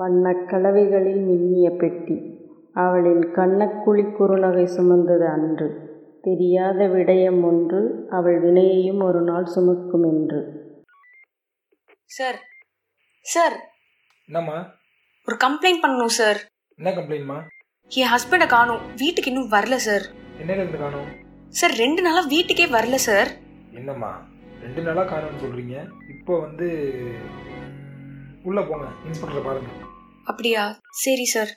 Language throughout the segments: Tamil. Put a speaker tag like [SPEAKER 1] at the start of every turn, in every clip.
[SPEAKER 1] வண்ணக் கலவைகளில் மின்னிய பெட்டி. அவளின் கன்னக்குழிக் குறுநகை சுமந்தது அன்று. தெரியாத விடயம் ஒன்று அவள் வினையையும் ஒருநாள் சுமக்குமென்று.
[SPEAKER 2] சார் சார்
[SPEAKER 3] என்னம்மா
[SPEAKER 2] ஒரு கம்ப்ளைண்ட் பண்ணணும் சார்
[SPEAKER 3] என்ன கம்ப்ளைண்ட்மா
[SPEAKER 2] என் ஹஸ்பண்டை காணோம் வீட்டுக்கு இன்னும் வரல சார்
[SPEAKER 3] என்ன இருந்து காணோம்
[SPEAKER 2] சார் ரெண்டு நாளா வீட்டுக்கே வரல சார்
[SPEAKER 3] என்னம்மா ரெண்டு நாளாக காணோம்னு சொல்கிறீங்க இப்போ வந்து உள்ளே போங்க இன்ஸ்பெக்டரை பாருங்க
[SPEAKER 2] அப்படியா சரி சார்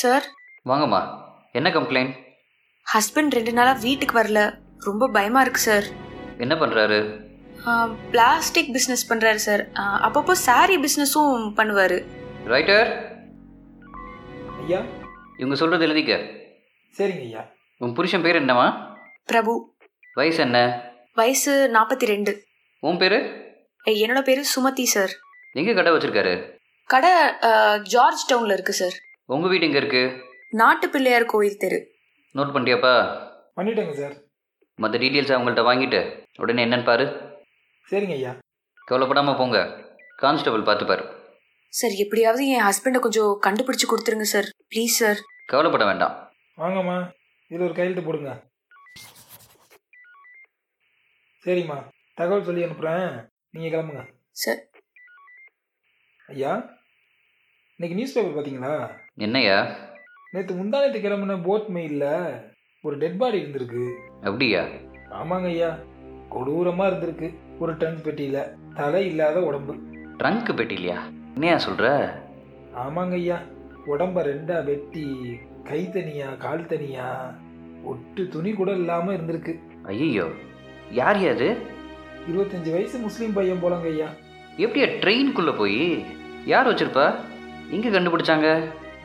[SPEAKER 2] சார்
[SPEAKER 4] வாங்கம்மா என்ன கம்ப்ளைண்ட்
[SPEAKER 2] ஹஸ்பண்ட் ரெண்டு நாளா வீட்டுக்கு வரல ரொம்ப பயமா இருக்கு சார்
[SPEAKER 4] என்ன பண்ணுறாரு
[SPEAKER 2] பிளாஸ்டிக் பிஸ்னஸ் பண்றாரு சார் ஆஹ், அப்பப்போ saree பிஸ்னஸும் பண்ணுவாரு
[SPEAKER 4] ரைட்டர்
[SPEAKER 3] ஐயா
[SPEAKER 4] இவங்க சொல்கிறது எழுதிக்க
[SPEAKER 3] சரிங்க ஐயா
[SPEAKER 4] உன் புருஷன் பேர் என்னம்மா
[SPEAKER 2] பிரபு
[SPEAKER 4] வயசு என்ன
[SPEAKER 2] வயசு நாற்பத்தி ரெண்டு
[SPEAKER 4] உன் பேர்
[SPEAKER 2] என்னோட பேரு சுமதி சார்
[SPEAKER 4] எங்கே கடை வச்சிருக்காரு
[SPEAKER 2] கடை ஆஹ், ஜார்ஜ் டவுன்ல இருக்கு சார்
[SPEAKER 4] உங்கள் வீடு எங்கே இருக்கு
[SPEAKER 2] நாட்டு பிள்ளையார் கோயில் தெரு
[SPEAKER 4] நோட் பண்ணிட்டியாப்பா
[SPEAKER 3] பண்ணிட்டேங்க சார்
[SPEAKER 4] மற்ற டீட்டெயில்ஸ் அவங்கள்ட்ட வாங்கிட்டு உடனே என்னன்னு பாரு
[SPEAKER 3] சரிங்க ஐயா
[SPEAKER 4] கவலைப்படாமல் போங்க கான்ஸ்டபிள் பார்த்துப்பார்
[SPEAKER 2] சார் எப்படியாவது என் ஹஸ்பண்டை கொஞ்சம் கண்டுபிடிச்சு கொடுத்துருங்க சார் ப்ளீஸ் சார்
[SPEAKER 4] கவலைப்பட வேண்டாம்
[SPEAKER 3] வாங்கம்மா இதில் ஒரு கையெழுத்து போடுங்க சரிம்மா தகவல் சொல்லி அனுப்புகிறேன் நீங்கள் கிளம்புங்க
[SPEAKER 2] சார்
[SPEAKER 3] ஐயா இன்னைக்கு நியூஸ் பேப்பர் பார்த்தீங்களா
[SPEAKER 4] என்னையா
[SPEAKER 3] நேற்று முந்தானத்து கிளம்புன போட் மெயிலில் ஒரு டெட் பாடி இருந்திருக்கு
[SPEAKER 4] அப்படியா
[SPEAKER 3] ஆமாங்க ஐயா கொடூரமாக இருந்திருக்கு ஒரு டன் பெட்டியில் தலை இல்லாத உடம்பு
[SPEAKER 4] ட்ரங்க் பெட்டிலையா என்னையா சொல்கிற
[SPEAKER 3] ஆமாங்க ஐயா உடம்ப ரெண்டா வெட்டி கை தனியா கால் தனியா ஒட்டு துணி கூட இல்லாம இருந்திருக்கு
[SPEAKER 4] ஐயோ யார் அது
[SPEAKER 3] இருபத்தஞ்சு வயசு முஸ்லீம் பையன் போலங்க ஐயா
[SPEAKER 4] எப்படியா ட்ரெயின்குள்ளே போய் யார் வச்சிருப்பா எங்கே கண்டுபிடிச்சாங்க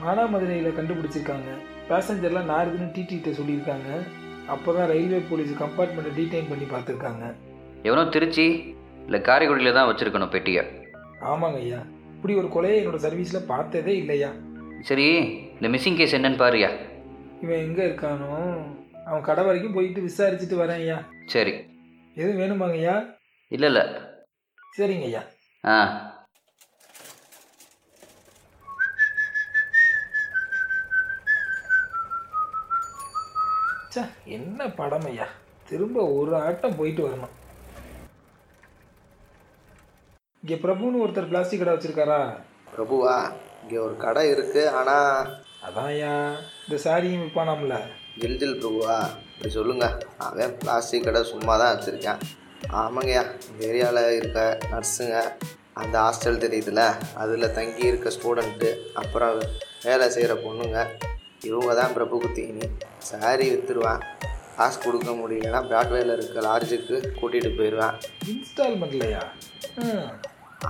[SPEAKER 3] மானாமதுரையில கண்டுபிடிச்சிருக்காங்க பேசஞ்சர்லாம் நாறுதுன்னு டிடிகிட்ட சொல்லியிருக்காங்க அப்போதான் ரயில்வே போலீஸ் கம்பார்ட்மெண்ட்டை டீடைன் பண்ணி பார்த்துருக்காங்க
[SPEAKER 4] எவனோ திருச்சி இல்லை காரைக்குடியில் தான் வச்சுருக்கணும் பெட்டியை
[SPEAKER 3] ஆமாங்க ஐயா இப்படி ஒரு கொலையை என்னோட சர்வீஸில் பார்த்ததே இல்லையா
[SPEAKER 4] சரி இந்த மிஸ்ஸிங் கேஸ் என்னன்னு பாருயா
[SPEAKER 3] இவன் எங்கே இருக்கானோ அவன் கடை வரைக்கும் போயிட்டு விசாரிச்சுட்டு வரேன் ஐயா
[SPEAKER 4] சரி
[SPEAKER 3] எதுவும் வேணுமாங்க ஐயா
[SPEAKER 4] இல்லை இல்லை
[SPEAKER 3] சரிங்க ஐயா
[SPEAKER 4] ஆ
[SPEAKER 3] ச்சே என்ன படம் ஐயா திரும்ப ஒரு ஆட்டம் போயிட்டு வரணும் இங்கே பிரபுன்னு ஒருத்தர் பிளாஸ்டிக் கடை வச்சிருக்காரா
[SPEAKER 5] பிரபுவா இங்கே ஒரு கடை இருக்குது ஆனால்
[SPEAKER 3] அதான் ஐயா இந்த சாரியும் விற்பானாம்ல
[SPEAKER 5] ஜில்ஜில் பிரபுவா இப்படி சொல்லுங்கள் அவன் பிளாஸ்டிக் கடை சும்மா தான் வச்சுருக்கேன் ஆமாங்கய்யா இந்த ஏரியாவில் இருக்க நர்ஸுங்க அந்த ஹாஸ்டல் தெரியுதுல அதில் தங்கி இருக்க ஸ்டூடெண்ட்டு அப்புறம் வேலை செய்கிற பொண்ணுங்க இவங்க தான் பிரபுக்கு தீனி சாரி விற்றுருவேன் காசு கொடுக்க முடியலன்னா பிராட்வேயில் இருக்க லாட்ஜுக்கு கூட்டிகிட்டு போயிடுவேன்
[SPEAKER 3] இன்ஸ்டால்மெண்ட்லையா ம்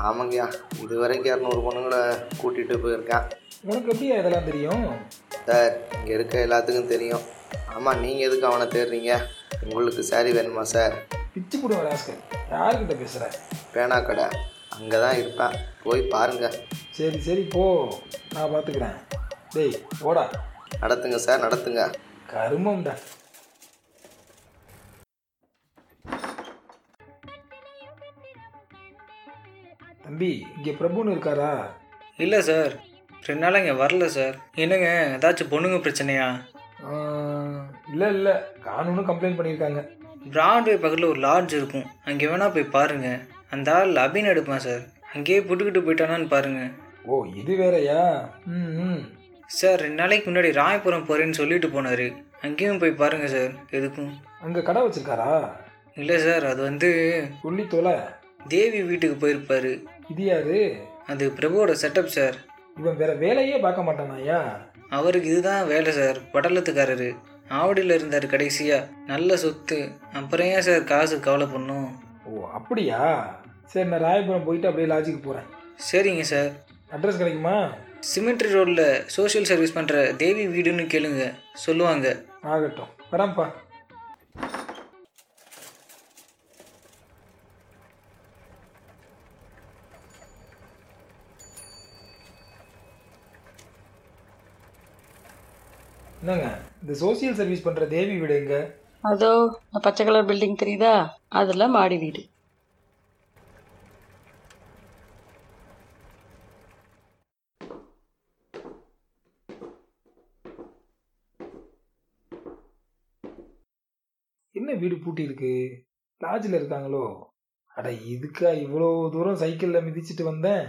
[SPEAKER 5] ஆமாங்கய்யா இது வரைக்கும் இரநூறு பொண்ணுங்களை கூட்டிகிட்டு போயிருக்கேன்
[SPEAKER 3] உனக்கு எப்படியா இதெல்லாம் தெரியும்
[SPEAKER 5] சார் இங்கே இருக்க எல்லாத்துக்கும் தெரியும் ஆமாம் நீங்கள் எதுக்கு அவனை தேடுறீங்க உங்களுக்கு saree வேணுமா சார்
[SPEAKER 3] பிச்சு போடுவ ராஸ்கர் யார்கிட்ட பேசுகிற
[SPEAKER 5] பேனா கடை அங்கே தான் இருப்பேன் போய் பாருங்கள்
[SPEAKER 3] சரி சரி போ நான் பார்த்துக்கிறேன் டேய் போடா
[SPEAKER 5] நடத்துங்க சார் நடத்துங்க
[SPEAKER 3] கருமம்டா தம்பி இங்கே பிரபுன்னு இருக்காரா
[SPEAKER 6] இல்லை சார் ரெண்டு நாளாக இங்கே வரல சார் என்னங்க ஏதாச்சும் பொண்ணுங்க பிரச்சனையா
[SPEAKER 3] இல்லை இல்லை காணுன்னு கம்ப்ளைண்ட் பண்ணியிருக்காங்க
[SPEAKER 6] பிராட்வே பக்கத்தில் ஒரு லாட்ஜ் இருக்கும் அங்கே வேணால் போய் பாருங்கள் அந்த ஆள் அபின் எடுப்பான் சார் அங்கேயே புட்டுக்கிட்டு போயிட்டானான்னு பாருங்கள்
[SPEAKER 3] ஓ இது வேறயா ம் ம்
[SPEAKER 6] சார் ரெண்டு நாளைக்கு முன்னாடி ராயபுரம் போகிறேன்னு சொல்லிட்டு போனார் அங்கேயும் போய் பாருங்கள் சார் எதுக்கும்
[SPEAKER 3] அங்கே கடை வச்சிருக்காரா
[SPEAKER 6] இல்லை சார் அது வந்து
[SPEAKER 3] சொல்லி தொலை
[SPEAKER 6] தேவி வீட்டுக்கு போயிருப்பாரு
[SPEAKER 3] இது யாரு
[SPEAKER 6] அது பிரபுவோட செட்டப் சார்
[SPEAKER 3] இவன் வேற வேலையே பார்க்க மாட்டானாயா
[SPEAKER 6] அவருக்கு இதுதான் வேலை சார் படலத்துக்காரரு ஆவடியில் இருந்தார் கடைசியாக நல்ல சொத்து அப்புறம் ஏன் சார் காசு கவலை பண்ணும்
[SPEAKER 3] ஓ அப்படியா சரி நான் ராயபுரம் போயிட்டு அப்படியே லாஜிக்கு போகிறேன்
[SPEAKER 6] சரிங்க சார்
[SPEAKER 3] அட்ரஸ் கிடைக்குமா
[SPEAKER 6] சிமெண்ட்ரி ரோடில் சோஷியல் சர்வீஸ் பண்ணுற தேவி வீடுன்னு கேளுங்க சொல்லுவாங்க
[SPEAKER 3] ஆகட்டும் வரேன்ப்பா என்னங்க இந்த சோஷியல் சர்வீஸ் பண்ணுற தேவி வீடு எங்க
[SPEAKER 7] அதோ அந்த பச்சை கலர் பில்டிங் தெரியுதா அதில் மாடி வீடு
[SPEAKER 3] என்ன வீடு பூட்டி இருக்கு லாட்ஜில் இருக்காங்களோ அட இதுக்கா இவ்வளோ தூரம் சைக்கிளில் மிதிச்சிட்டு வந்தேன்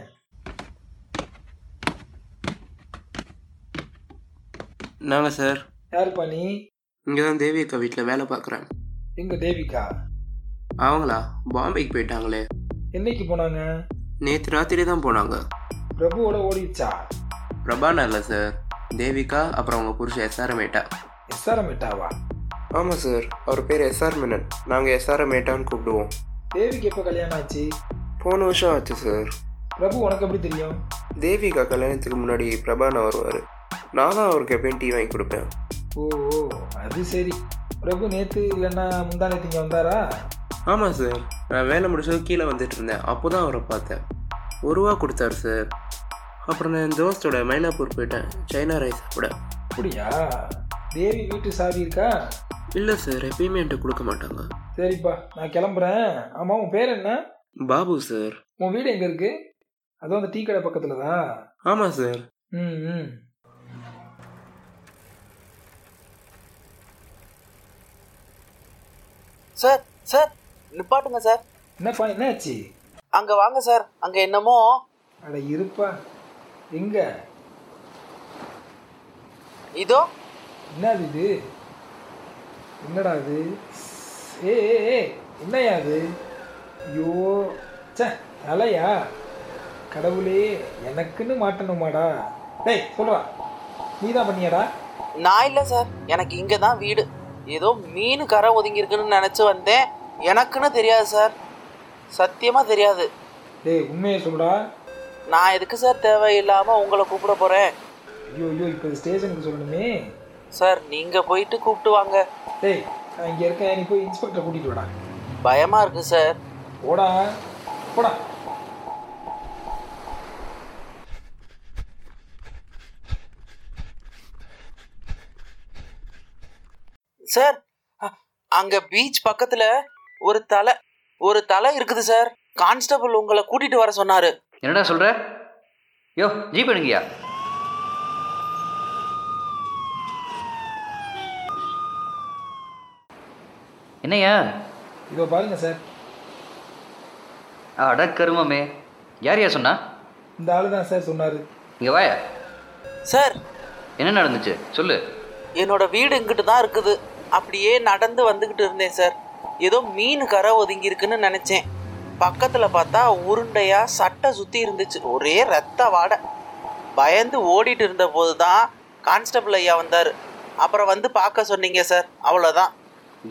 [SPEAKER 8] நானா சார்
[SPEAKER 3] யாருப்பா நீ
[SPEAKER 8] இங்கே தான் தேவி அக்கா வீட்டில் வேலை பார்க்குறேன்
[SPEAKER 3] எங்க தேவிகா
[SPEAKER 8] அவங்களா பாம்பேக்கு போயிட்டாங்களே
[SPEAKER 3] என்னைக்கு போனாங்க
[SPEAKER 8] நேற்று ராத்திரி தான் போனாங்க
[SPEAKER 3] பிரபுவோட ஓடிடுச்சா
[SPEAKER 8] பிரபானா இல்லை சார் தேவிகா அப்புறம் அவங்க புருஷன் எஸ்ஆர் மேட்டா
[SPEAKER 3] எஸ்ஆர்எம் எட்டாவா
[SPEAKER 8] ஆமாம் சார் அவர் பேர் எஸ்ஆர் மேனன் நாங்கள் எஸ்ஆர் மேட்டான்னு கூப்பிடுவோம்
[SPEAKER 3] தேவிக்கு எப்போ கல்யாணம் ஆச்சு
[SPEAKER 8] போன வருஷம் ஆச்சு சார்
[SPEAKER 3] பிரபு உனக்கு எப்படி தெரியும்
[SPEAKER 8] தேவிகா கல்யாணத்துக்கு முன்னாடி பிரபானா வருவார் நான் தான் அவருக்கு எப்பயும் டீ வாங்கி கொடுப்பேன்
[SPEAKER 3] ஓ ஓ, அது சரி பிரபு நேத்து இல்லைன்னா முந்தா நேத்து இங்க வந்தாரா
[SPEAKER 8] ஆமாம் சார் நான் வேலை முடிச்சதும் கீழே வந்துட்டு இருந்தேன் அப்போ தான் அவரை பார்த்தேன் ஒரு ரூபா கொடுத்தாரு சார் அப்புறம் நான் என் தோஸ்தோட மயிலாப்பூர் போயிட்டேன் சைனா ரைஸ் சாப்பிட
[SPEAKER 3] அப்படியா தேவி வீட்டு சாவி இருக்கா
[SPEAKER 8] இல்லை சார் எப்பயுமே என்கிட்ட கொடுக்க மாட்டாங்க
[SPEAKER 3] சரிப்பா நான் கிளம்புறேன் ஆமா உன் பேர் என்ன
[SPEAKER 8] பாபு சார்
[SPEAKER 3] உன் வீடு எங்க இருக்கு அதுவும் அந்த டீ கடை பக்கத்துல தான்
[SPEAKER 8] ஆமாம் சார்
[SPEAKER 3] ம் ம்
[SPEAKER 9] சார் சார் நிப்பாட்டுங்க சார்
[SPEAKER 3] என்னப்பா என்னாச்சு
[SPEAKER 9] அங்கே வாங்க சார் அங்கே என்னமோ
[SPEAKER 3] அட இருப்பா எங்க
[SPEAKER 9] இதோ
[SPEAKER 3] என்னது இது என்னடா இது ஏ ஏ, ஏ, என்னையா இது ஐயோ சே அலையா கடவுளே எனக்குன்னு மாட்டணுமாடா டேய் சொல்றா நீ தான் பண்ணியாடா
[SPEAKER 9] நான் இல்லை சார் எனக்கு இங்கே தான் வீடு ஏதோ மீன் கரை ஒதுங்கி இருக்குன்னு நினச்சி வந்தேன் எனக்குன்னு தெரியாது சார் சத்தியமாக தெரியாது
[SPEAKER 3] டேய் உண்மையை சொல்லுடா
[SPEAKER 9] நான் எதுக்கு சார் தேவையில்லாமல் உங்களை கூப்பிட போகிறேன்
[SPEAKER 3] ஐயோ ஐயோ இப்போ ஸ்டேஷனுக்கு சொல்லணுமே
[SPEAKER 9] சார் நீங்கள் போயிட்டு கூப்பிட்டு வாங்க
[SPEAKER 3] டேய் நான் இங்கே இருக்கேன் நீ போய் இன்ஸ்பெக்டரை கூட்டிகிட்டு வாடா
[SPEAKER 9] பயமாக இருக்கு சார்
[SPEAKER 3] போடா போடா
[SPEAKER 9] சார் அங்கே பீச் பக்கத்தில் ஒரு தலை ஒரு தலை இருக்குது சார் கான்ஸ்டபிள் உங்களை கூட்டிகிட்டு வர சொன்னார்
[SPEAKER 4] என்னடா சொல்ற யோ ஜீப் எடுங்கயா என்னையா
[SPEAKER 3] இதோ பாருங்க சார்
[SPEAKER 4] அட கருமமே யார் யா சொன்னா
[SPEAKER 3] இந்த ஆளு தான் சார் சொன்னார்
[SPEAKER 4] இங்கே வாயா
[SPEAKER 9] சார்
[SPEAKER 4] என்ன நடந்துச்சு சொல்லு
[SPEAKER 9] என்னோட வீடு இங்கிட்டு தான் இருக்குது அப்படியே நடந்து வந்துக்கிட்டு இருந்தேன் சார் ஏதோ மீன் கரை ஒதுங்கி இருக்குன்னு நினச்சேன் பக்கத்தில் பார்த்தா உருண்டையாக சட்டை சுற்றி இருந்துச்சு ஒரே ரத்த வாடை பயந்து ஓடிட்டு இருந்த போது தான் கான்ஸ்டபிள் ஐயா வந்தார் அப்புறம் வந்து பார்க்க சொன்னீங்க சார் அவ்வளோதான்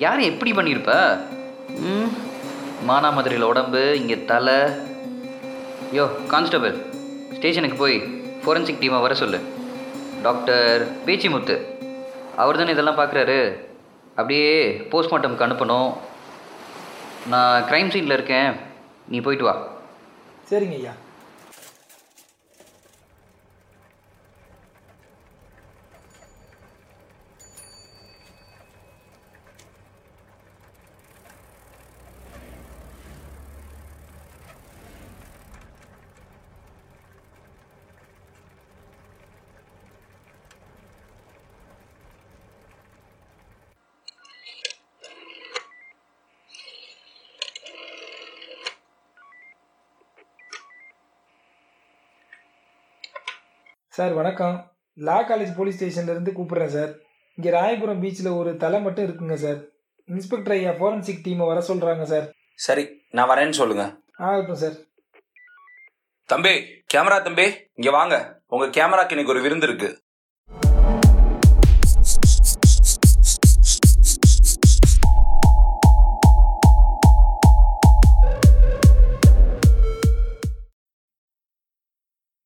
[SPEAKER 4] யார் எப்படி பண்ணியிருப்ப ம் மானாமதுரையில் உடம்பு இங்கே தலை யோ கான்ஸ்டபிள் ஸ்டேஷனுக்கு போய் ஃபோரன்சிக் டீமை வர சொல்லு டாக்டர் பேச்சிமுத்து அவர் தானே இதெல்லாம் பார்க்குறாரு அப்படியே போஸ்ட்மார்ட்டம்க்கு அனுப்பணும் நான் க்ரைம் சீனில் இருக்கேன் நீ போயிட்டு வா
[SPEAKER 3] சரிங்க ஐயா சார் வணக்கம் லா காலேஜ் போலீஸ் ஸ்டேஷன்லேருந்து கூப்பிடுறேன் சார் இங்கே ராயபுரம் பீச்சில் ஒரு தலை மட்டும் இருக்குங்க சார் இன்ஸ்பெக்டர் ஐயா ஃபோரன்சிக் டீமை வர சொல்கிறாங்க சார்
[SPEAKER 10] சரி நான் வரேன்னு சொல்லுங்க
[SPEAKER 3] ஆகட்டும் சார்
[SPEAKER 10] தம்பி கேமரா தம்பி இங்க வாங்க உங்க கேமராக்கு இன்னைக்கு ஒரு விருந்து இருக்கு